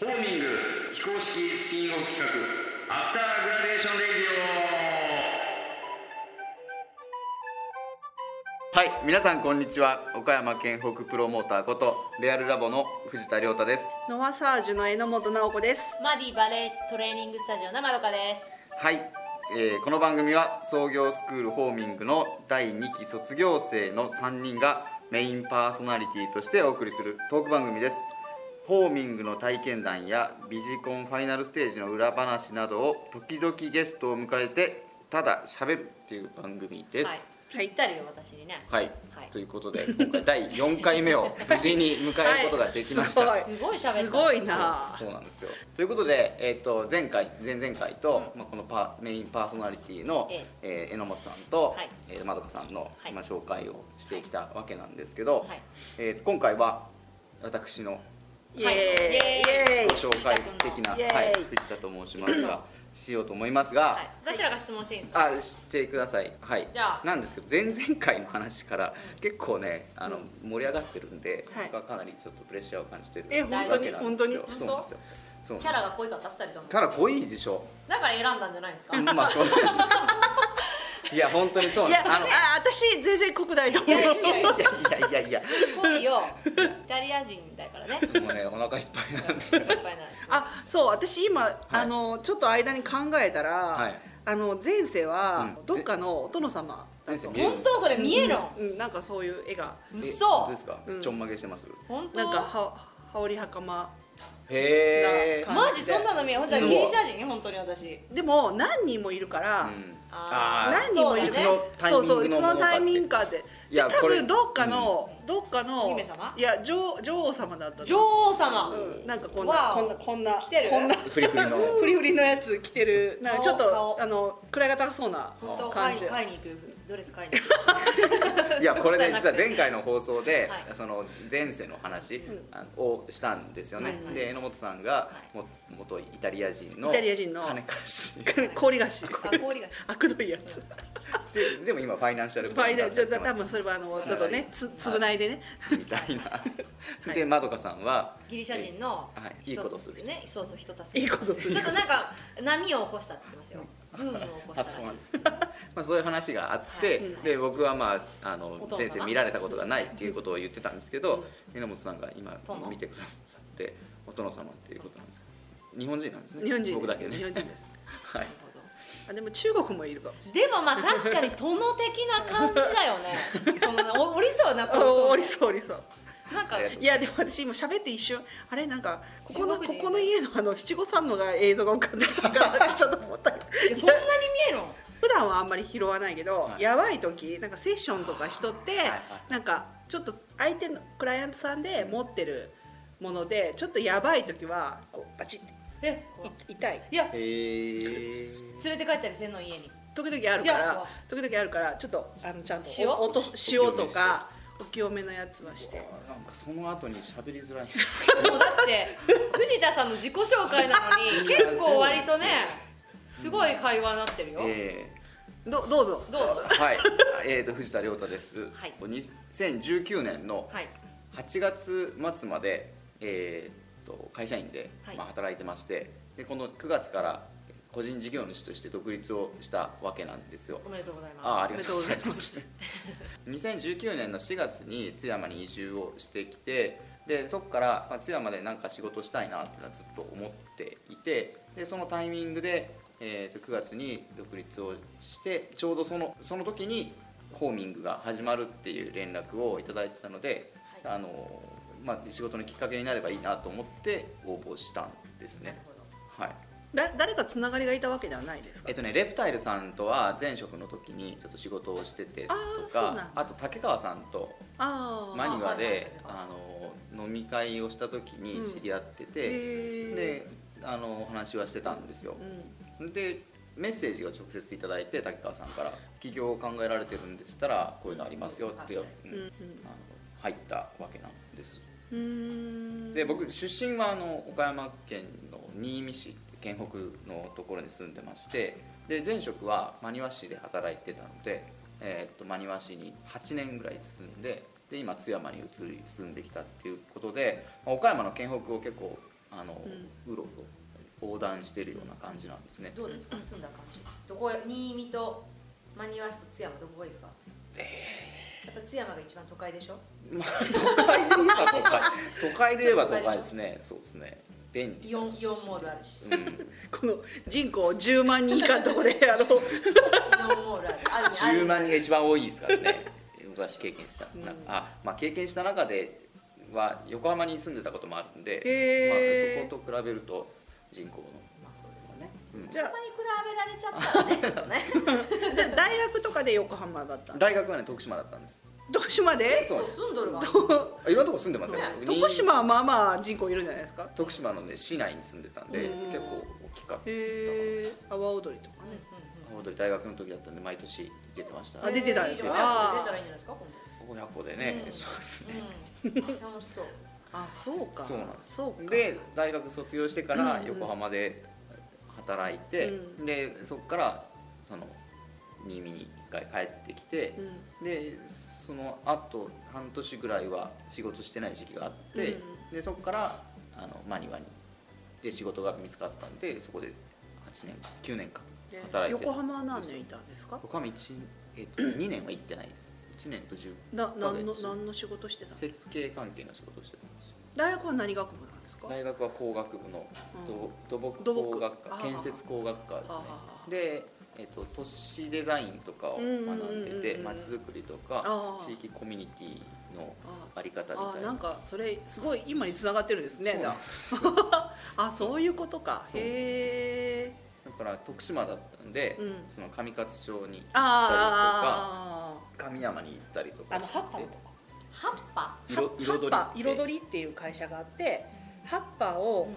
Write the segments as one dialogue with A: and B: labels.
A: ホーミング非公式スピンオフ企画アフターグラデーションレイディオはい皆さんこんにちは岡山県北プロモーターことレアルラボの藤田亮太です
B: ノワサージュの榎本直子です。
C: マディバレートレーニングスタジオのまどかです。
A: はい、えーこの番組は創業スクールホーミングの第2期卒業生の3人がメインパーソナリティとしてお送りするトーク番組ですホーミングの体験談やビジコンファイナルステージの裏話などを時々ゲストを迎えてただ喋るっていう番組です
C: はい。
B: はい
C: ぴったりよ私にね。
A: はい、
C: はい
A: ということで今回第4回目を無事に迎えることができました、
B: はい
C: すごい喋った。
B: すごいな
A: そうなんですよということで、えー、と前回前々回と、まあ、このパメインパーソナリティの、
C: え
A: えー榎本さんと、
C: はい
A: えーまどかさんの、
C: はい
A: まあ、紹介をしてきたわけなんですけど、
C: はい
A: えー今回は私の
B: イエ
C: は
B: ーイ
C: い
A: ご紹介的な、
B: イエーイ
A: はい、藤田と申しますがしようと思いますが、
C: はい。私らが質問していいんですか。
A: あしてくださいはい
C: じゃあ
A: なんですけど前々回の話から結構ねあの盛り上がってるんで、
B: はい
A: 僕はかなりちょっとプレッシャーを感じてる
B: え
C: 本当に
A: わけなんですよ
B: 本
C: 当に
A: そうなんですよそう
C: キャラが濃いかった二人とも。
A: ただ濃いでしょ
C: だから選んだんじゃないですか。
A: うんまあそうなんですいや本当にそう
B: い
A: な
B: や
A: んです
B: あ私全然国内と思う。
A: あのいやいやいや
C: 濃いよ。イタリア人だからね。
A: いやもうねお腹いっぱいなんですよ
C: いっぱいなんですよ。
B: あそう私今、あのちょっと間に考えたら、
A: い
B: あの前世は
A: うん
B: どっかのお殿様だ
A: 前
B: と
A: 世
B: 思
A: 見
B: う
A: える
C: 本当それ見えるの。
B: うん、なんかそういう絵が
A: え
C: 嘘
A: 本当。ですか
B: うん
A: ちょんまげしてます
C: 本当。
B: なんかは羽織袴
A: へえ
B: な
C: マジそんなの見える。ほんじゃ
A: す
C: ギ
A: ごい
C: リシャ人本当に私。
B: でも何人もいるから、
C: あー
B: 何人もいる
C: そうだね
B: そうそういつのタイミング
A: グ
B: かで
A: いや
B: で多
A: これ
B: 分どっかの、どっかの
C: 姫様
B: いや女王女王様だったと思う
C: 女王様。
B: うんなんかこんな
C: わお
B: こんなこんな
C: 来てる
B: こんな
A: フリフリの
B: フリフリのやつ着てるなんかちょっ
C: 顔
B: とあの位が高そうな
C: 本当
B: 感
C: 買い
B: じ
C: に買いに行くドレス買いに行く。
A: いやこれで
C: そううとじゃなく
A: 実は
C: て
A: 前回の放送で、
C: はい
A: その前世の話あのをしたんですよね、
C: はいはい
A: で榎本さんがも元イタリア人の
B: イタリア人の
A: 金貸し
B: 氷菓子
C: あ氷菓
B: あくどいやつ
A: ででも今ファイナンシャル
B: ファイナルちょっと多
A: 分
B: 分それはあのちょっとねつつぶないでね
A: みたいな、でまどかさんは
C: ギリシャ人の
A: えはい
C: 人
A: いいことする
C: ね、そうそう人助け
B: いいことする
C: ちょっとなんか波を起こしたって言ってましたよブームを起こ
A: あ
C: した
A: そう
C: らし
A: ないん
C: で
A: ですすけど、まあ、そういう話があって、
C: はい
A: で僕はまああの
C: お父様
A: 前世見られたことがないっていうことを言ってたんですけど榎本さんが今
C: 殿
A: 見てくださってお殿様っていうことなんですか日本人なんですね
B: 日本人
A: 僕
B: で
A: だ
B: す
A: けね
B: 日本人です
A: はい
C: なるほど
B: あでも中国もいるかもし
C: でもまあ確かに殿的な感じだよねそのおおりそうな
B: れないおおりそうおりそう
C: なんか
A: ありがとう
B: いやでも私今喋って一瞬あれなんかここのこ
C: 中国人
B: この家のあの七五三のが映像が浮かんでたからちょっと思ったけど
C: いやそんなに見えるの
B: 普段はあんまり拾わないけど、
A: はい
B: やばい時なんかセッションとかしとって、
A: はい
B: なんかちょっと相手のクライアントさんで持ってるものでちょっとやばい時はこうバチッて
C: え
B: い痛い
C: いや
A: へえ
C: 連れて帰ったりせんの家に
B: 時々あるか
C: いや
B: ら時々あるからちょっとあのちゃんと
C: 塩
B: おおと
A: お
B: 塩とかお清めのやつはして
A: なんかその後に喋りづらい
C: もうだって藤田さんの自己紹介なのに結構割とねすごい会話になって るよ、
A: え
B: どどうぞ
C: どうぞ
A: ー、はい、えー、と藤田亮太です、
C: はい
A: 2019年の
C: はい
A: 8月末まで、えー、と会社員で、
C: はい
A: まあ、働いてましてでこの9月から個人事業主として独立をしたわけなんですよ
C: おめでとうございます
A: あああ
B: り
A: りが
B: がと
A: と
B: う
A: う
B: ご
A: ご
B: ざ
A: ざい
B: いま
A: ますす 2019年の4月に津山に移住をしてきてでそこから、まあ、津山でなんか仕事したいなっていうのはずっと思っていてでそのタイミングで、えーと9月に独立をしてちょうどそのその時にホーミングが始まるっていう連絡をいただいてたので、
C: はい
A: あのまあ、仕事のきっかけになればいいなと思って応募したんです
C: なる
A: ね。
C: ほど
A: はい
B: だ誰かつながりがいたわけではないですか
A: えっとね、レプタイルさんとは前職の時にちょっと仕事をしててと
B: あーそうなんだ
A: かあと竹川さんと
B: あ
A: マニ
C: は
A: ラ
C: いはいはい
A: であの飲み会をした時に知り合って
B: ー
A: て、
B: へ
A: であのお話はしてたんですよ
B: ー、うん
A: でメッセージを直接いただいて竹川さんから「起業を考えられてるんでしたらこういうのありますよ」って、うん
B: うん
A: あの入ったわけなんです
B: うんうーん
A: で僕出身はあの岡山県の新見市県北のところに住んでましてで前職は真庭市で働いてたので、えーっと真庭市に8年ぐらい住んでで今津山に移り住んできたっていうことでまあ岡山の県北を結構あの、
B: う
A: うろうろ横断してるような感じなんですね
D: どうですか住んだ感じどこ新見と真庭市と津山どこがいいですかやっぱ津山が一番都会でしょ
A: まあ都会で言えば都会都会で言えば都会ですねそうですね便利
D: イオンイ
A: だし
D: オンモールあるしイ
A: うん
B: この人口10万人以下のとこでや ろう
D: オンモールあるあるある
A: 10万人が一番多いですから ね昔経験した、なあまあ経験した中では横浜に住んでたこともあるんで、
B: へー
A: まあ、そこと比べると人口の
D: まあそうですね
A: うん
B: じゃ
D: あんまり比べられちゃったらねちょっとね
B: じゃあ大学とかで横浜だったの
A: 大学はね徳島だったんです
B: 徳島で
A: そうなんです
D: 住んどるわ
A: あいろんなとこ住んでますよ
D: ね
B: 徳島はまあまあ人口いるんじゃないですか
A: 徳島の、ね、市内に住んでたんで
B: うん
A: 結構大きかった
B: へえ阿波踊りとか
D: うんうんうん
A: 本当に大学の時だったんで毎年出てました
B: あ出てたんです
D: えーい
B: よ
D: いじゃない
B: あー
D: 出たらいいんじゃないですか今
A: ここ100個でね、
D: うん
A: そうですね、
D: 度うん楽しそう
B: あそうか
A: そうなんです
B: そうか
A: で大学卒業してか
B: うん
A: ら
B: うん
A: 横浜で働いて、
B: う
A: でそこからその新見に一回帰ってきて
B: う、ん
A: でそのあと半年ぐらいは仕事してない時期があって、でそこからあのマニワにで仕事が見つかったんでそこで8年9年間
B: で
A: 働いて
B: 横浜は何年いたんですか
A: 横浜1、えっと2年は行ってないです1年と10
B: な何
A: そ
B: の
A: うです
B: 何の仕事してたの
A: 設計関係の仕事をしてたんですよ
B: 大学は何学部なんですか
A: 大学は工学部の
B: うん
A: 土土木
B: 土木
A: 工学科
B: あー
A: 建設工学科ですね
B: あー
A: で、えっと都市デザインとかを
B: う
A: 学
B: んうんうんうんうん
A: んでてまちづくりと
B: あ
A: か
B: ー
A: 地域コミュニティの
B: あ
A: あり方み
B: あ
A: たい
B: な
A: なん
B: かそれすごい今につながってるんですねじゃ
A: そう
B: ああ そういうことか
A: そう
B: へえ
A: だから徳島だったんで、
B: うん
A: その上勝町に
B: あー
A: 神山に行ったりと
B: あ
A: か
B: の
A: して
B: 葉っぱのとか
D: 葉っぱ
A: 色
B: 葉っぱ
A: 彩り
B: 彩りっていう会社があって葉っぱ
D: う
B: を
D: ん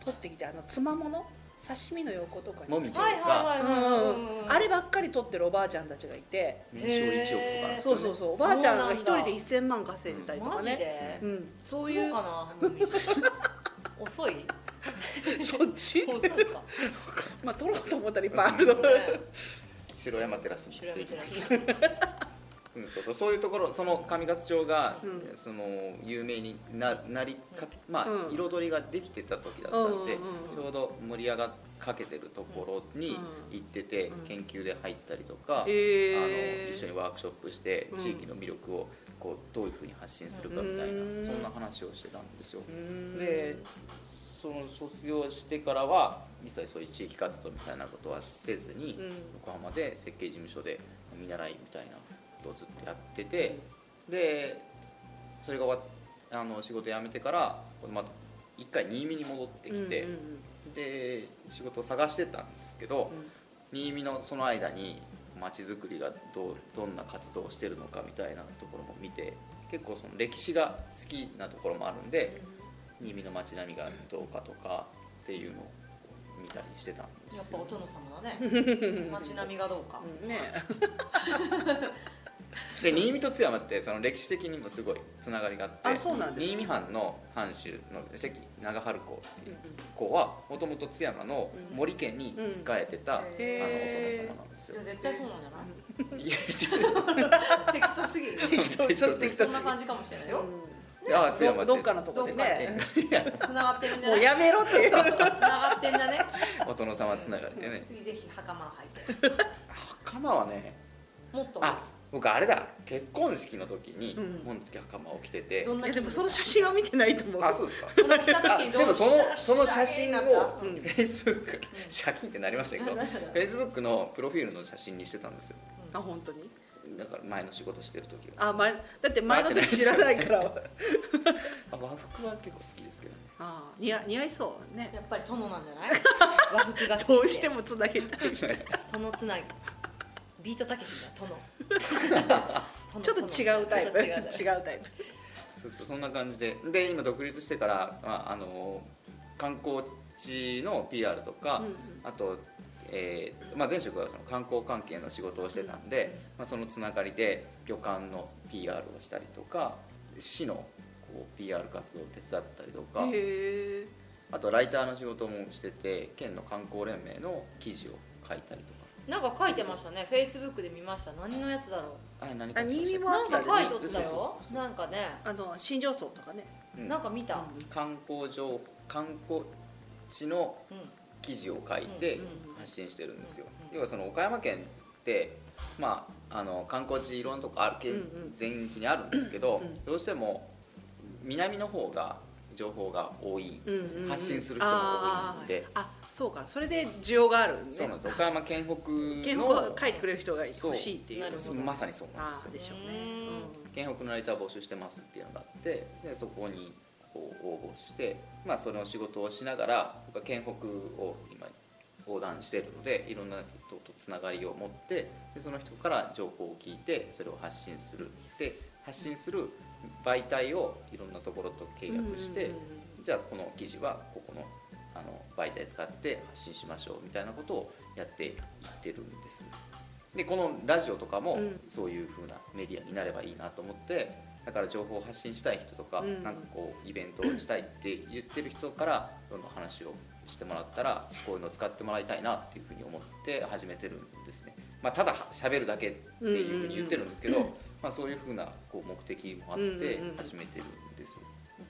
B: 取ってきてあのつまもの刺身の横とかに
A: もみじ
C: はいはいはいはい
B: うん
C: うんうん
B: あればっかり取ってるおばあちゃんたちがいて
A: 年商1億とかなん
C: へー
A: です
B: そ
A: よ、ね、
B: うそうそうお
C: そう
B: ば
C: な
B: あ
C: ん
B: ち
C: だ
B: ゃんが一人で1000万稼いでたりと
D: マ
B: か
D: ジ
B: ね
D: で
B: うんそう
D: そ
B: いうう
D: かなもみじ
C: 遅い
B: そ っち
C: 遅い か
B: まあ取ろうと思ったらいっぱいあるの
C: ね
A: 白山テラスに
C: 調べてらっしゃ
A: うん、そうそうそういうところその上勝町が、
B: うん
A: その有名にななりかけ、まあ
B: うん
A: 彩りができてた時だったんで、
B: うんうんうん
A: ちょうど盛り上がっかけてるところに行ってて、
B: うん
A: 研究で入ったりとか、あ
B: へ
A: の一緒
B: ー
A: にワークショップして
B: うん
A: 地域の魅力をこうどういうふうに発信するかみたいな、
B: うん
A: そんな話をしてたんですよ。
B: うーん
A: でその卒業してからは一切そういう地域活動みたいなことはせずに、
B: うん
A: 横浜で設計事務所で見習いみたいなことをずっとやってて、でそれが終わっあの仕事辞めてからまた一回新見に戻ってきて、
B: うんうん
A: で仕事を探してたんですけど、
B: うん
A: 新見のその間に街づくりがどうどんな活動をしてるのかみたいなところも見て結構その歴史が好きなところもあるんで新見の街並みがどうかとかっていうのを見たりしてたんで
D: やっ
A: す
D: ぱ
A: よ
D: お殿様だね街並みがどうか
B: うんね
A: で新見と津山ってその歴史的にもすごいつながりがあって
B: あそうなんですね
A: 新見藩の藩主の関長春公っていう子はもともと津山の森家に仕えてた、あのお
D: うん
B: へー
A: 殿様なんです
D: い
A: よ
D: や。絶対そうなんじゃない
A: いや
D: 適当すぎる
A: 適当
B: ちょっと適
D: そんな感じかもしれないよ
A: 違うあ津山
B: ど
A: て
B: どっかのとこで
D: どっかで
B: ね
D: つながってるんじゃ
B: も
D: な
B: う
D: い
B: やめろっていう
D: つながってんじゃね
A: お殿様つながりでね
D: 次ぜひ袴履いて
A: 袴はね
D: もっと
A: あ僕あれだ結婚式の時に
B: うん
A: 紋付き袴を着てて、
D: どん
B: い
D: な
B: やで
D: 気
B: も
D: 分
B: その写真は見てないと思う
A: あそうですか
D: この着た時
A: あ
D: に
A: で
D: どう
A: もそのその写真をフ
D: うん
A: ェイスブック写真ってなりましたけど
D: うん
A: フェイスブックのプロフィールの写真にしてたんですよ
B: あ本当に
A: だから前の仕事してる時は
B: あ前だって前の時知らないから
A: あ和服は結構好きですけどね
B: あ似合似合いそうね
D: やっぱり殿なんじゃない和服が好きで
B: どうしてもつなげ たい
D: 殿つなぎビートたけしだ殿殿
B: ちょっと違うタイプ
D: ち
B: 違
D: ょっ
B: う
D: と違うタイプ
B: タイプ
A: そうそうそんな感じでで今独立してから、まあ、あの観光地の PR とか、
B: うんうん
A: あと、えーまあ、前職はその観光関係の仕事をしてたんで、まあ、そのつながりで旅館の PR をしたりとか市のこう PR 活動を手伝ったりとか
B: へえ
A: あとライターの仕事もしてて県の観光連盟の記事を書いたりとか
C: なんか書いてましたねフェイスブックで見ました何のやつだろ
A: あれ何
B: あ新見
A: 見
B: も
C: うなん
B: あ
C: か
B: る
C: 書いとった
A: そうそう
C: よなんかね
B: あの新庄荘とかね
A: うん
C: なんか見た
A: 観光情観光地の
D: うん
A: 記事を書いて
D: うんうんうん
A: 発信してるんですよ
D: うん。うん
A: 要はその岡山県ってまああの観光地いろんなとこあるけ
B: うんうん
A: 全域にあるんですけど、
B: うんうん
A: どうしても南の方が情報が多い、
B: うんうんうん
A: 発信する人も多いんで、
B: あーあそうかそれで需要があるんで
A: そうなんです。岡山県北
B: 原稿
A: の
B: を書いてくれる人が欲しいっていう
C: なるほど
A: まさにそうなんで
B: あ
A: す
B: あ
A: よ
B: で。しょうね
A: 県北のライター募集してますっていうのがあってでそこにこう応募して、まあ、その仕事をしながら僕は県北を今横断してるのでいろんな人とつながりを持ってでその人から情報を聞いてそれを発信するで発信する媒体をいろんなところと契約して、
B: うんうんうん
A: じゃあこの記事はここのあの媒体使って発信しましょうみたいなことをやっていってるんですねでこのラジオとかも
B: うん
A: そういう風なメディアになればいいなと思ってだから情報を発信したい人とか、
B: うん
A: なんかこうイベントをしたいって言ってる人からどんどん話をしてもらったらこういうのを使ってもらいたいなっていう風に思って始めてるんですね、まあ、ただ喋るだけっていう風に言ってるんですけど、まあ、そういう風なこう目的もあっ
B: うん
A: て
B: うんうん
A: 始めてるんです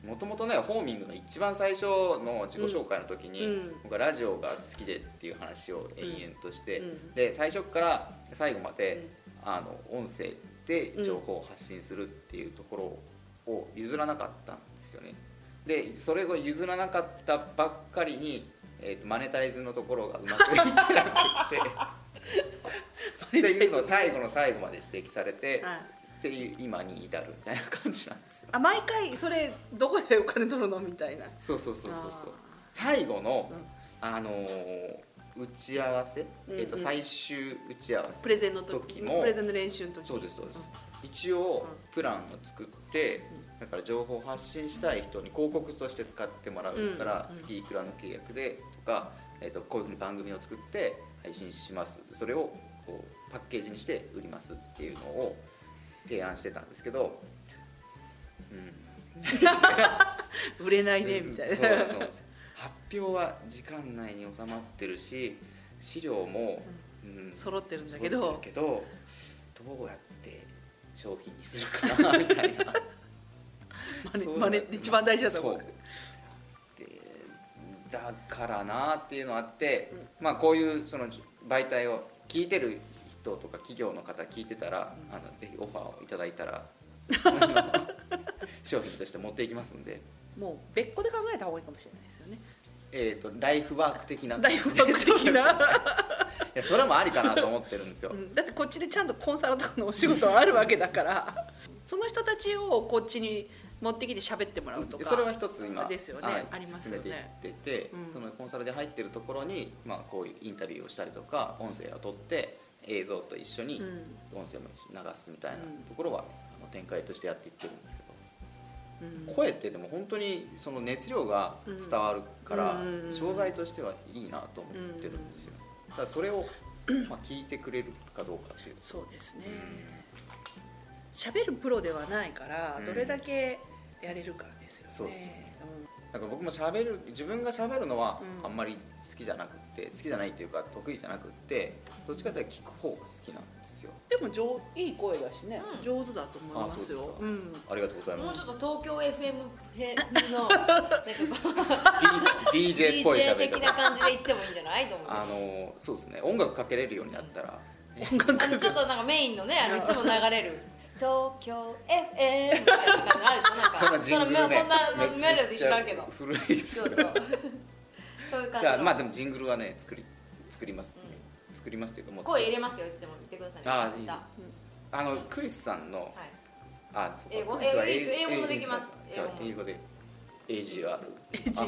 A: もともとねホーミングの一番最初の自己紹介の時に、
B: うん
A: 僕はラジオが好きでっていう話を延々として、
B: うん
A: で最初から最後まで、あの音声で情報を発信するっていうところを譲らなかったんですよね。でそれを譲らなかったばっかりに、えーとマネタイズのところがうまくいってな くてっていうのを最後の最後まで指摘されて、
B: はい
A: っていう今に至るみたいな感じなんですよ。
B: あ毎回それどこでお金取るのみたいな
A: そうそうそうそうそう
B: あー
A: 最後の
B: うん、
A: あのー打ち合わせ、
B: うんうん
A: えー、と最終打ち合わせ
B: プレゼンの時
A: 時も
B: プレゼンの練習の時
A: そうですそうです、一応プランを作って、だから情報を発信したい人に広告として使ってもらうから、
B: うん
A: 月いくらの契約でとか、えー、とこういうふうに番組を作って配信しますそれをこうパッケージにして売りますっていうのを提案してたんですけど、うん、
B: 売れないねみたいな、
A: うんそうなんですそうなんです発表は時間内に収まってるし資料も、うん
B: 揃ってるんだけど
A: 揃ってるけどどうやって商品にするかなみたい な
B: マネ
A: そう
B: マネって一番大事だと思う
A: そうでだからなっていうのあって、まあこういうその媒体を聞いてる人とか企業の方聞いてたら、あのぜひオファーをいただいた らあの商品として持っていきますんで、
B: もう別個で考えた方がいいかもしれないですよね
A: えー、とライフワーク的な
B: 大不足的な、
A: いやそれもありかなと思ってるんですよ、
B: うんだってこっちでちゃんとコンサルとかのお仕事はあるわけだからその人たちをこっちに持ってきて喋ってもらうとか
A: それは一つ今
B: ですよね
A: はい
B: ありますよ
A: 進
B: ね
A: めていってて、
B: うん
A: そのコンサルで入ってるところに、まあ、こういうインタビューをしたりとか音声を取って映像と一緒に
B: うん
A: 音声も流すみたいな
B: うん
A: ところは、あの展開としてやっていってるんですけ
B: うん
A: ど、声ってでも本当にその熱量が伝わるから、
B: うんうん
A: 商材としてはいいなと思ってるんですよ、ただそれを、まあ、聞いてくれるかどうかっていう
B: そうですね
A: うん
B: 喋るプロではないから
A: うん
B: どれだけやれるかですよね、
A: そうですよねだから僕も喋る自分が喋るのは
B: うん
A: あんまり好きじゃなくって、好きじゃないっていうか得意じゃなくってどっちかというと聞く方が好きなんですよ
B: うんでも上いい声だしね、
D: うん
B: 上手だと思います
A: あそう
B: よ
A: です
B: う
A: か
B: ん
A: ありがとうござい
D: も
A: ま
D: うちょ
A: す
D: っと東京 FM 風のなんかこう
A: D- DJ っぽい
C: DJ
A: 喋り
C: 的な
A: 方
C: 感じで言ってもいいんじゃないと思う
A: あのそうですね音楽かけれるようになったら、
B: 音楽
C: あのちょっとなんかメインのねあのいつも流れる
D: 東京 FM みたいな感じあるでしょなんか
A: そのジングルね
C: そのそんなメロディー知らんけど
A: めっちゃ古いっ
D: そ
A: す
D: うそうそういう感
A: じ
D: じ
A: ゃあ
D: の、
A: まあでもジングルはね作り作りますね、作りますっていうかもう作
D: 声
A: る
D: 入れますよいつでも言ってくださいね
A: あー
D: また
A: いいあのクリスさんの
D: はい
A: あそうか
D: 英語
A: クリスは
D: 英語いいです英語もできます
A: そう
D: 英
A: 英
D: 語
A: 語で AGR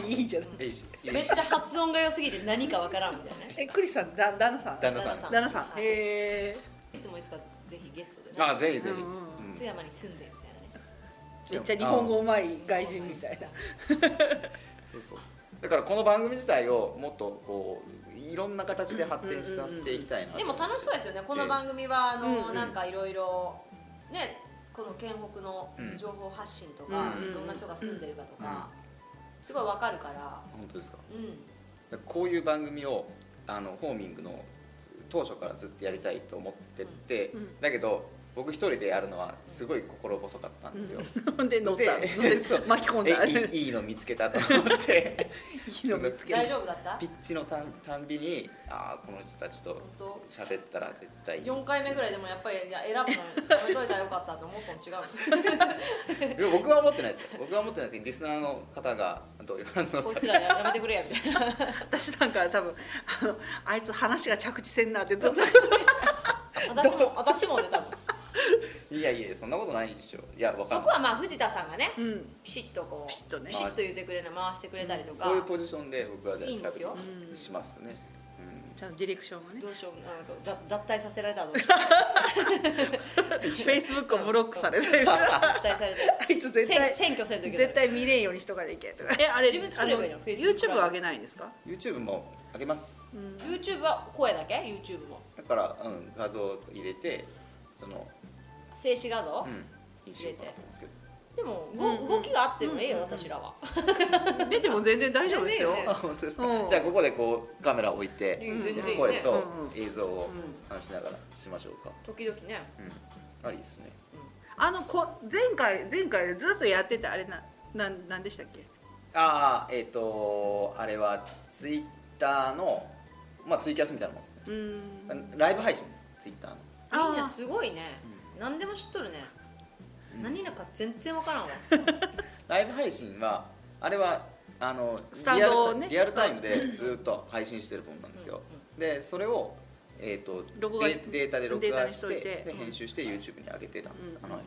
B: いいじゃない
A: AG
C: めっちゃ発音が良すぎて何かわからんみたいなね
B: えクリスさんだ旦那さん
A: 旦那さん
D: 旦那さん
B: 旦那さん
D: はい
B: へえ
C: いつもいつかぜひゲストで
A: ま
C: ね
A: あぜひぜひ、
B: うんうん
A: うん
D: 津山に住んでみたいなね
B: めっちゃ日本語うまい外人みたいな
A: そうそうだからこの番組自体をもっとこういろんな形で発展させていきたいな と
D: でも楽しそうですよねこの番組はあの、
B: うんうん
D: なんかいろいろねこの県北の情報発信とか、
A: うん
D: どんな人が住んでるかとか、すごいわかるから
A: 本当ですか
D: うん
A: こういう番組をあのホーミングの当初からずっとやりたいと思ってて、
B: うん
A: だけど僕一人でやるのはすごい心細かったんですよ。
B: ほんで乗った
A: で
B: 乗せ
A: そう
B: 巻き込んだ
A: えいいいいの見つけたと思って
B: いいの見つけた
D: 大丈夫だった
A: ピッチのたんたんびにああこの人たちと
D: 本当
A: 喋ったら絶対
D: 4回目ぐらいでもやっぱりいや選ぶのやめといたらよかったと思ったの違 う
A: いや僕は思ってないですよ僕は思ってないですけどリスナーの方がどういう反応さ
C: こい
A: れ
C: つ
A: て
C: らやめてくれや みたいな
B: 私なんか多分あのあいつ話が着地せんなってずっと
C: 私も私もね多分
A: いやいやそんなことないでしょいやわか
C: そ
A: ん
C: こ
A: ない
C: はまあ藤田さんがね
B: うん、
C: ピシッとこう
B: ピシッとね
C: ピシッと言ってくれる回してくれたりとか
A: そういうポジションで僕はじゃあ
D: いいんですよ
A: 喋りしますね、うん
B: ちゃんとディレクションがね
C: どうしようなんかざ脱退させられたらどうしよ
B: フェイスブックをブロックされたりとか
C: う脱退されて
B: あいつ絶対
C: 選選挙せんといけない
B: 絶対見れんようにしとかでいけとかえあれ
C: 自分作ればいいの
B: あ
C: Facebook
B: YouTube 上げないんですか
A: YouTube も上げます
C: YouTube は声だけ YouTube も
A: だから、うん、画像を入れてその
C: 静止画像
A: う、んいいしようかなと思うんですけど
C: でも、
B: うんうん
C: ご動きがあってもいいよ、
B: うんうんうん
C: 私らは
B: 出ても全然大丈夫ですよ
C: 全然いいよ
A: あ
C: ね
A: 本当です
B: う
A: か
B: ん
A: じゃあここでこうカメラ置いて
C: 全然いいね
A: 声と
B: うんうん
A: 映像を
B: う
A: 話しながらしましょうか
C: 時々ね
A: うんありですね
B: あのこ前回前回ずっとやってたあれななんなんでしたっけ
A: ああえっ、とあれはツイッターのまあツイキャスみたいなもんですね
B: うーん
A: ライブ配信ですツイッターの
C: みんな
B: あ
C: すごいね何でも知っとるね、
A: うん
C: 何なんか全然 わからんわ
A: ライブ配信はあれはあの
B: スタンドをね
A: リアルタリアルタイムでずっと配信してるものなんですよ、でそれをえー、と
B: 録画
A: デデータで録画して
B: データにしといて
A: で
B: うん
A: 編集して YouTube に上げてたんです、
B: うん
A: あの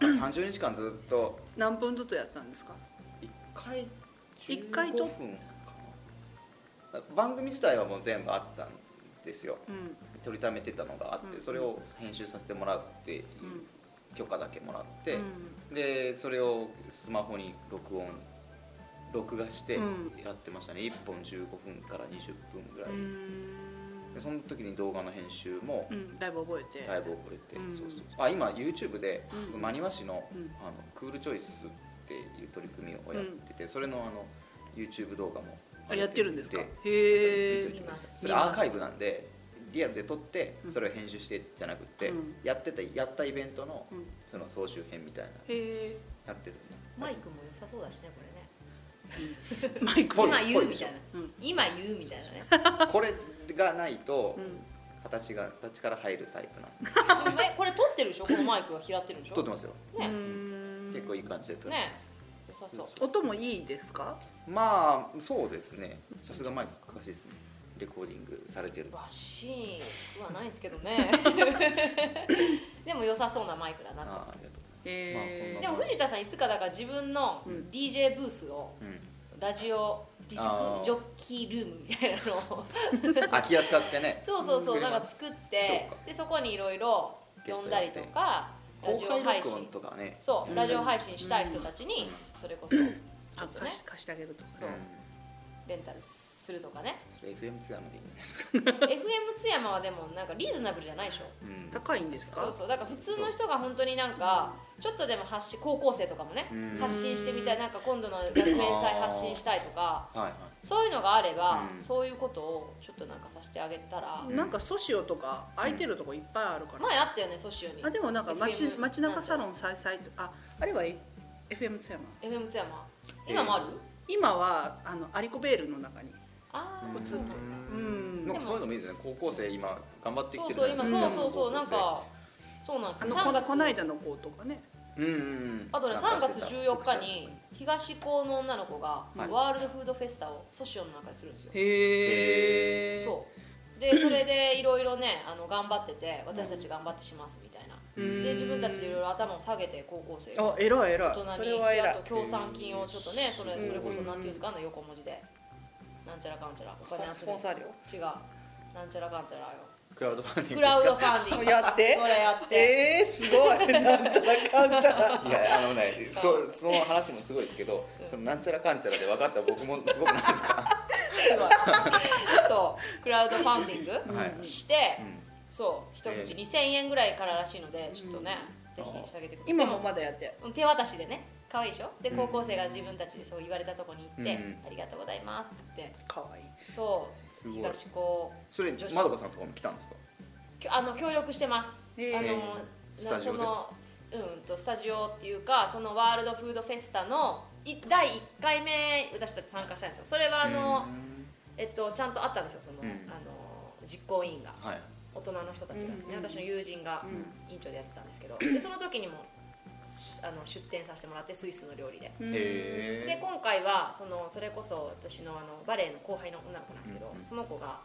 A: 間30日間ずっと
B: 何分ずつやったんですか
A: 1回
B: 一回
A: 15
B: と
A: 分かな番組自体はもう全部あったんですよ
B: うん
A: 取りためてたのがあって、
B: うん
A: それを編集させてもらうっていう
B: うん
A: 許可だけもらって、
B: うん
A: でそれをスマホに録音録画して
B: うん
A: やってましたね、1本15分から20分ぐら
B: う
A: い、
B: ーん
A: でその時に動画の編集も
B: うんだいぶ覚えて
A: だいぶ覚えて、
B: うん
A: そうそうそうあ今 YouTube で
B: うん
A: 真庭市の,、
B: うん
A: あのクールチョイスっていう取り組みをやってて、それのあの YouTube 動画も
B: あやってるんですか
A: 上げ
B: へ
A: て
B: え
A: 見ておいてください
D: 見ます
A: それアーカイブなんでリアルで撮って
B: うん
A: それを編集してじゃなくて、
B: うん
A: やってたやったイベントの
B: うん
A: その総集編みたいな
B: へえ
A: やってる
C: マイクも良さそうだしねこれね
B: マイク
A: ぽい
C: 今言
B: ぽ
C: うみたいな、
B: いでしょ
C: 今言うみたいなね
A: これがないと
B: うん
A: 形が形から入るタイプなんです
C: えこれ撮ってるでしょこのマイクが拾ってるでしょ
A: 撮ってますよ
B: う
C: ね
B: ーん
A: 結構いい感じで撮る、
C: ね良さそう
B: 音もいいですか
A: まあそうですねさすがマイク詳しいですねレコーディングされてる
C: バシーンはないですけ どねでも良さそうなマイクだなと
A: ああありがとうござい
B: へえ
C: でも藤田さんいつかだから自分の
B: うん
C: DJ ブースを
A: ま
C: ラジオディ
A: あー
C: スクジョッキールームみたいなのを
A: すうん空き家使ってね
C: そうそうそ
A: 作
C: うな
A: れ
C: ん
A: ま
C: か
A: す
C: 作って
A: そうか
C: でそこにいろいろ
A: ゲス
C: 呼
A: ト
C: んだ
A: や
C: り
A: って
C: とかラ
A: 公
C: ジオ
A: 開
C: 配
A: 録音
C: 信
A: とかね
C: そうラジオ配
A: 信
C: 信したい人たちに
A: う
C: それこそちょ
B: あ
C: っとね
B: 貸し貸してあげると
C: そうレンタルするとかね
A: それ FM ツアーまでいいんじゃないですか
C: FM 津山はでもなんかリーズナブルじゃないでしょ
A: うん
B: 高いんです
C: そう
B: か
C: そうだから普通の人が本当になんかちょっとでも発信高校生とかもね
A: うん
C: 発信してみたいなんか今度の学園祭発信したいとか
A: はいはい
C: そういうのがあれば
A: うん
C: そういうことをちょっとなんかさせてあげたら
B: なんかソシオとか空いてるとこいっぱいあるから
C: 前あったよねソシオに
B: あでもなんか街
C: FM
B: 街中サロン再々とああれは FM 津山
C: FM 津山
A: えー
C: 今もある
B: 今はあのアリコベールの中に
C: ああ
A: うん
C: そうなんだ
B: うん
A: なんかそういうのもいいですね高校生今頑張ってき
C: そ
A: て
C: う
A: る
C: そう今
A: じゃ
C: そ
A: ないうです
C: そうそうなん
A: 高校
C: かそうなんです
B: あ
C: よ
B: の
C: 3
B: こ
C: 月
B: こないだの子とかね
A: 生うんうんうん
C: あとね3
A: 参加し
C: 月
A: てた
C: 14日に東高の女の子が
A: はい
C: ワールドフードフェスタをソシオの中でするんですよ
B: へえ
C: そうでそれでいろいろねあの頑張ってて私たち頑張ってしますみたいな、
B: うん
C: で自分たちでいろいろ頭を下げて高校生
B: あ偉い偉い
C: 大
B: そ
C: 人
B: れ
C: に
B: は
C: で
B: 偉
C: あ
B: い
C: と協賛金をちょっとねそれ
B: うん
C: それこそなんていうんですかあの横文字でなんちゃらかんちゃらお金集める
B: スポンサー料
C: 違うなんちゃらかんちゃらよ
A: クラウドファンディング
C: クラウド
A: で
C: ファンディング
B: やって
C: それやって、
B: えー、すごいなんちゃらかんちゃら
A: すかいやあのねそその話もすごいですけど
C: うん
A: そのなんちゃらかんちゃらで分かった僕もすごくないです か
C: すごいそうクラウドファンディン
A: はい
C: グして、
A: うん
C: そう一口
A: ええ
C: 2000円ぐらいかららしいのでちょっとね、ぜひしてあげてください
B: 今もまだやって
C: うん手渡しでね可愛いでしょで
A: うん
C: 高校生が自分たちでそう言われたとこに行って「
A: うん
C: ありがとうございます」って言って
B: かわいい
C: そ
A: す
C: う
A: ごい
C: 東高
A: それ
C: 女子
A: まどかさんとかも来たんですか
C: きょあの協力してます、
B: へー
C: あの
A: スタジオで
C: なそのうんとスタジオっていうかそのワールドフードフェスタのい第1回目私たち参加したんですよそれはあの、えっと、ちゃんとあったんですよその、
A: うん
C: あの実行委員が
A: はい
C: 大人の人たちがですね、
B: うんうん
C: 私の友人が委員長でやってたんですけど、でその時にもしあの出店させてもらってスイスの料理で。
B: うん
A: へ
C: で
A: え
C: 今回はそのそれこそ私のあのバレエの後輩の女の子なんですけど、
A: うんうん
C: その子が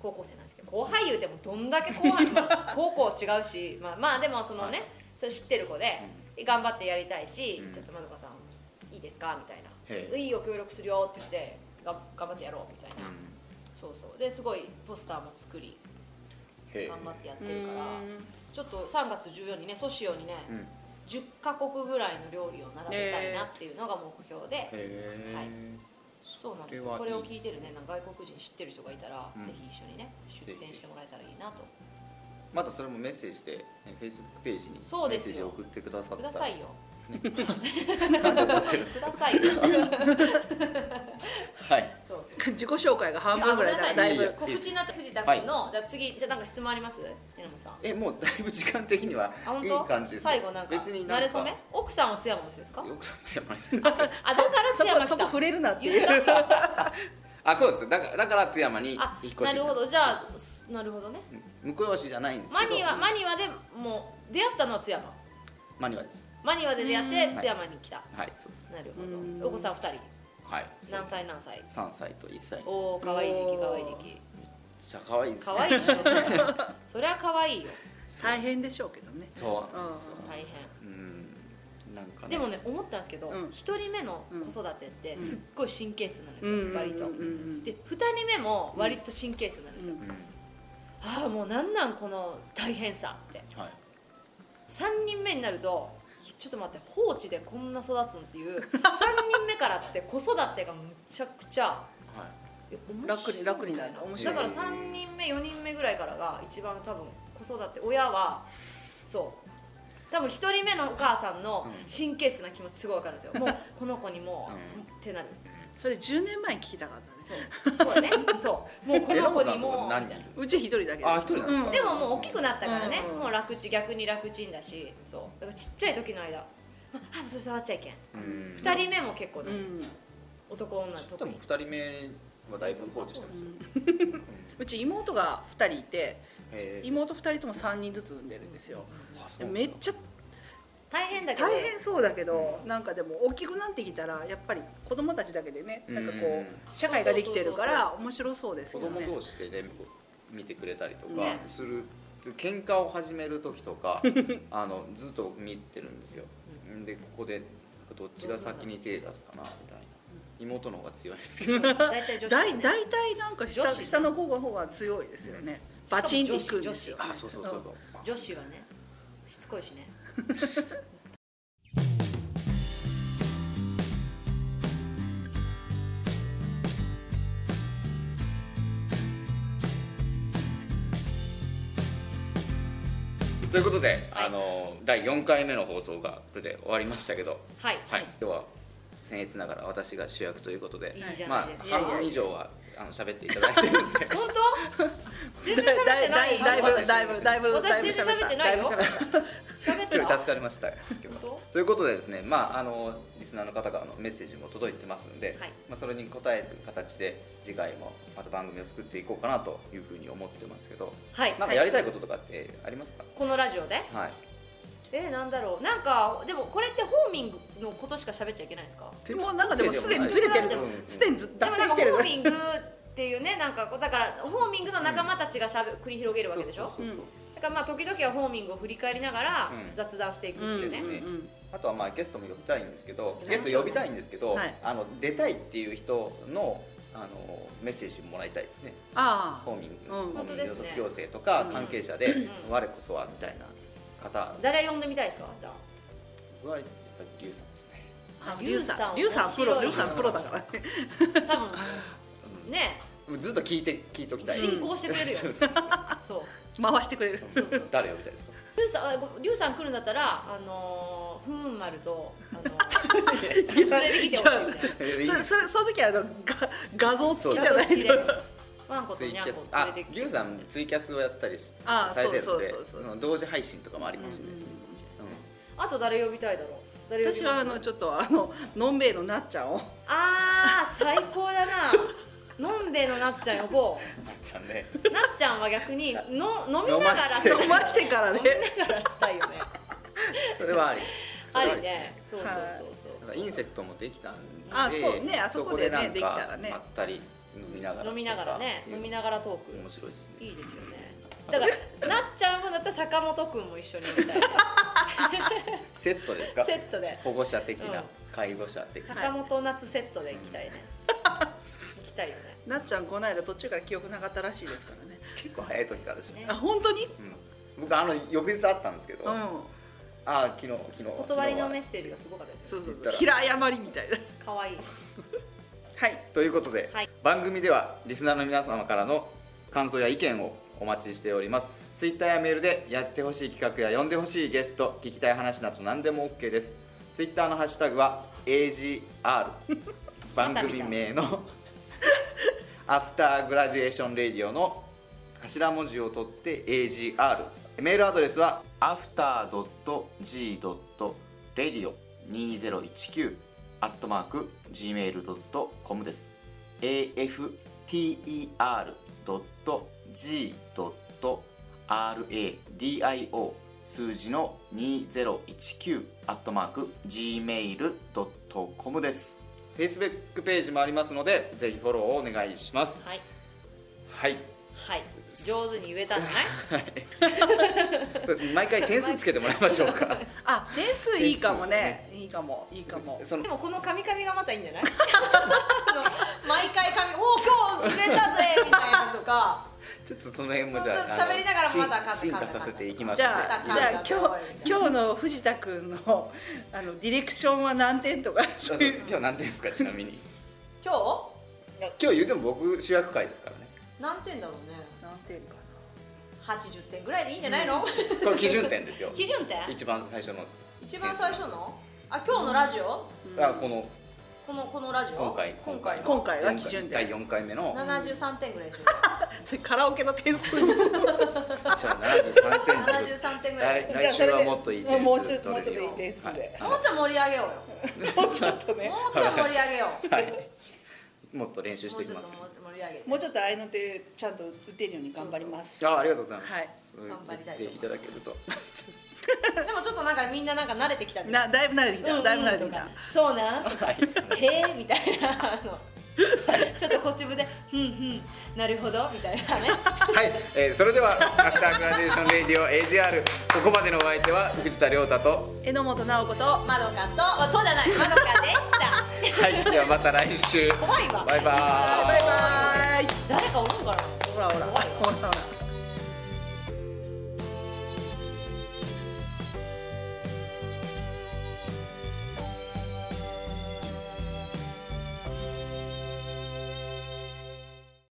C: 高校生なんですけど後輩言うてもどんだけ後輩 高校違うしまあまあでもそのね、
A: は
C: それ知ってる子で、頑張ってやりたいし、
A: うん
C: ちょっとまどかさんいいですかみたい
A: へ
C: な「
A: え
C: いいよ協力するよ」って言ってが頑張ってやろうみたいな、
A: う
C: そうそうですごいポスターも作り
A: んへえ
C: 頑張ってやってるから、
B: うん
C: ちょっと3月14日にねソシオにね、
A: うんへ
C: 10カ国ぐらいの料理を並べたいなっていうのが目標で。
A: え、
C: はいそうなんです
A: それは
C: よ
A: いい
C: これを聞いてるねなんか外国人知ってる人がいたら、
A: うん
C: ぜひ一緒にね出
A: ぜ
C: 店
A: ひ
C: してもらえたらいいなと
A: またそれもメッセージで、ね、Facebook ページにメ
C: そう
A: ッ
C: で
A: セー
C: す
A: ジを
C: よ
A: 送ってくださっ
C: く
A: たら
C: ださいよ
A: なんで待ってるんで
C: く
A: すか
C: ださいよ
A: はい
D: そうそう
B: 自己紹介が半分ぐらいだからだ
C: あごめんなさい
B: い
A: いい
B: ぶ
A: よ
C: 告知になっちゃう藤田
A: はい
C: 君の、じゃあ次じゃあなんか質問あります榎本さん
A: えもうだいぶ時間的には
C: あ本
A: い
C: 当
A: い感じです
C: 最後なんか
A: 別に
C: な
A: なん
C: れ
A: か
C: そめ奥さんを津山ですか
A: 奥さん津山にです
C: あだから
B: そ
C: 津
B: こ
C: 山来た
B: そこ触れるなって
C: 言
B: いう
C: った
A: あそうですだからだから津山に引っ
C: あ
A: 越してきた
C: なるほどじゃ
A: そ
C: あ
A: うそう
C: なるほどね
A: そううん婿養子じゃないんですけ
C: マ
A: ど
C: ニワマニワでもう出会ったのは津山
A: マニワです
C: マニワで出会って
A: ん
C: 津山に来た、
A: はいそうです
C: なる
B: うん
C: ほどお子さん2人
A: はい
C: 何歳何歳
A: 3歳と1歳めっ
C: おお可愛い時
B: お
C: 期
B: ー
C: 可愛い時期
A: ちゃ可愛いです
C: 可愛いでしょそれそりゃ可愛いよ
A: そう
B: 大変でしょうけどね
A: そうなんですよ
C: 大変
A: うんなんかね
C: でもね思ったんですけど
B: うん
C: 一、人目の子育てってすっごい神経質なんです
B: う
C: よ、
B: ん
C: 割と
B: うんうんうん
C: で二人目も割と神経質なんですよ、
B: うん
A: うん
C: ああもうなんなんこの大変さって
A: はい
C: 三人目になるとちょっと待って放置でこんな育つんってい う三人目からって子育てがむちゃくちゃ
A: はい
C: え面白
B: 楽
C: い
B: に楽になる面白
C: だ
B: い
C: から3人目4人目ぐらいからが一番多分子育て親はそう多分1人目のお母さんの
A: うん
C: 神経質な気持ちすごいわかるんですよもうこの子にも
A: うん
C: うってなる
B: それ10年前に聞きたかったです
C: そうそうだねそうもうこ
A: え
C: の
A: ラモ
C: 子
A: さ
C: に
A: んと
C: も
A: こ
C: みた
A: 何人
C: いない
A: るんです
B: うち一人だけです
A: あ一人なんですか
C: でももう大きくなったからね、
B: うん
C: もう楽ちん逆に楽ちんだしそうだからちっちゃい時の間ああもうそれ触っちゃいけん
A: かうん
C: 2人目も結構ね、
B: うん
C: 男女
A: で
C: 特
A: も
C: に
A: 2人目はだいぶ放置してますよ
B: うち妹が2人いて
A: へえ
B: 妹2人とも3人ずつ産んでるんですよ
A: あそ
B: で
A: うなんだ
B: めっちゃ
C: 大変だけど
B: 大変そうだけどなんかでも大きくなってきたらやっぱり子供たちだけでねなんか
A: う
B: こ
A: ん
B: う社会ができてるから面白そうです
A: 子
B: けど
A: 供
B: ね
A: 同士でね見てくれたりとか
B: ね
A: する、喧嘩を始める時と かあのずっと見てるんですよでここでどっちが先に手出すかなみたいな妹の方が強いんですけど
C: 大体女
B: だ
C: 子だ
B: い
C: ね
B: 大体なんか下
C: 女子
B: 下の子の方が強いですよねバチンっていくんですよ
C: しかも女子女子
A: あそうそうそう
C: 女子はねしつこいしね
A: ということで、
C: はい
A: あの第4回目の放送がこれで終わりましたけど、
C: はい、
A: はい、今日は僭越ながら私が主役ということで
C: いいじゃな
A: ま
C: いです
A: あ
C: か、
A: 半分以上はあの喋っていただいてる んで
C: 本 当全然喋ってないよ
B: だいぶ
C: 私
B: だいぶだいぶ
C: 私全然喋ってないよ
B: だぶ喋った
C: 喋っ
A: す
C: て
A: ごい
C: た
A: 助かりました今日は
C: 本
A: ということでですね、まあ、あのリスナーの方からのメッセージも届いてますので、
C: はい
A: まあ、それに応える形で次回もまた番組を作っていこうかなというふうに思ってますけど
C: 当はい
A: なんかやりたいこととかってありますか
C: このラジオで
A: はい
C: えー、なんだろうなんかでもこれってホーミングのことしか喋っちゃいけないんですか
B: もうなんかでもすでにずれてる
C: でも
B: すでにず
C: で
B: 脱
C: もなん
B: 線
C: か
B: し
C: ホ
B: てる
C: ーミングっていうねなんかこうだからホーミングの仲間たちがしゃべ繰り広げるわけでしょ
A: そうそうそうそう
C: だからまあ時々はホーミングを振り返りながら
A: うん
C: 雑談していくって
B: うんうん
C: いううんね、
B: うん
A: あとはまあゲストも呼びたいんですけど
C: いや
A: ゲスト呼びたいんですけど、
B: はい
A: あの出たいっていう人のあのメッセージもらいたいですね
B: あ
A: ホーミング、
B: うん
A: ホーミングの
C: 本当です
A: 卒
C: ね
A: 業生とか
B: うん
A: 関係者で、
C: ん
A: 我こそはみたいな方
C: 誰呼んでみたいですかじゃあ
A: 僕はやっぱりリュウさんですね
B: あ
C: あ
B: リュウさんリ
C: リ
B: ュウ
C: ュウ
B: さ
C: さん
B: んプロリュウ
C: 面白い
B: さんプロだからね
C: 多分ね
A: ずっと聞いて聞いておきたい
C: 進行してくれるよ
A: そうそうそう
C: そう
B: 回してくれる
C: そうそうそう
A: 誰呼びたいですか
C: リュウさんあごリュウさん来るんだったらあのー風雲丸とあのー連れてきてほしいみたいな
B: それそれその時はあのが画像付きじゃない
C: そ
B: と
C: うワランコと
A: ツイ
C: ニ
A: キ
C: ャン
A: ャ
C: コ
A: ス
C: を
A: あ
C: 連れてきて
A: 牛さんツイキャスをやったりし
B: あー
A: されてるので
B: そうそうそうそう
A: の同時配信とかもありましれないですね、
C: あと誰呼びたいだろう誰呼び
B: 私はあのちょっとあののんべえのなっちゃんを
C: あー最高だな飲んでのなっちゃん呼ぼ
A: うんなっちゃん ね
C: うなっちゃんは逆にの飲みな
A: 飲
C: がら
A: まして
C: そう
B: 飲ましてからね
C: 飲みながらしたいよね
A: それはありそ
C: あ
A: れは
C: りねそうそうそう
A: なん
C: そ
A: か
C: う
A: インセクトもできたんで
B: あそうねあそこでね
A: なんか
B: できたらね
A: まったり飲みながら
C: 飲みながらね飲みな
A: が
C: がらトー
A: 面
C: ク
A: 白いですね
C: いいですよねだからなっちゃんもだったら坂本くんも一緒にみたい な
A: セットですか
C: セットで
A: 保護者的な、
C: うん
A: 介護者的な
C: 坂本夏セットで行きたいね行きたいよね
B: なっちゃんこの間途中から記憶なかったらしいですからね
A: 結構早い時からですね
C: ね
B: あ本当に
A: うん、僕あの呼び捨てあったんですけど、
B: うん
A: ああ昨日昨日
C: 断りのメッ
A: ス
C: セージがすごかったです
B: そ
C: よ
B: うそう
A: 言ったら
B: 平謝りみたいな
C: かわいい
B: はい
A: ということで、
C: はい
A: 番組ではリスナーの皆様からの感想や意見をお待ちしておりますツイッターやメールでやってほしい企画や呼んでほしいゲスト聞きたい話など何でも OK ですツイッターのハッシュタグは AGR 番組名の アフターグラデュエーションレディオの頭文字を取って AGR メールアドレスは after.g.radio2019 アットマーク gmail.com です。after.g.radio 数字の2019アットマーク gmail.com です。Facebook ページもありますので、ぜひフォローをお願いします。
C: はい
A: はい。
C: はい上手に言えたんじゃ ない
A: 毎回点数つけてもらいましょうか。
B: あ点数いいかもねいいかもいいかも
A: その
C: でもこのカミカミがまたいいんじゃない あの毎回カミ「おお今日売れたぜ」みたいなのとか
A: ちょっとその辺もじゃ
C: そう
A: あ
C: そう
A: あの
C: 喋りながらまだ
A: 進進
C: カン
A: 化
C: タカンタ
A: させていきます
B: じ
A: の
B: ゃ
A: で。
B: あじゃあ今日今日の藤田君のあのディレクションは何点とか
A: そうそう今日何点ですかちなみに。
D: 今日
A: 今日言うても僕主役会ですからね。
D: 何点だろうね
B: 何点か
D: 80点
C: ぐらいでいいんじゃないの、。
A: これ基準点ですよ
C: 基準点
A: 一番最初の、
D: 一番最初のあ今日のラジオ
A: あこの
D: このこのラジオ
A: 今回
D: 今回
A: の
B: 今回は基準点
A: 第4回目の
D: 73点ぐらいでしょ
B: なそれカラオケの点 数
A: 73点です
D: 73点ぐらい
A: 来来週はもっといい点数
B: もうちょっと
A: 取れるよ
B: もうちょっといい点数で
A: はい
D: もうちょい盛り上げようよ
B: もうちょっとね
D: もうちょい盛り上げよう
A: はいもっと練習し
D: も
A: て
D: う
A: い
D: ち
A: き
D: ょっ
A: ま
D: と
A: す
D: 盛り上げて
B: もうちょっと合いの手ちゃんと打てるように頑張ります
A: あありがとうございます、
D: はい頑張りたいと
A: 言っ
D: 思い
A: て
D: ます
A: いただけると
C: でもちょっとなんかみんななんか慣れてきたね
B: なだいぶ慣れてき
C: うんう
B: た
C: ん
B: だいぶ慣れてき
C: と
B: た
C: かそうな
A: はいですね
C: へえみたいなあのちょっとこっち部で「ふんふんなるほど」みたいなね
A: はい、えー、それでは「アフターグラデーション・レディオ AGR」ここまでのお相手は藤田亮太とは
B: 榎本直子と
C: まどかとあ「と」じゃないまどかでした
A: いではまた来週
C: 怖いわ
A: バイバーイ
B: バイバイ
C: 誰か思うから
B: ほらほら
C: 怖いわ
B: ほらほら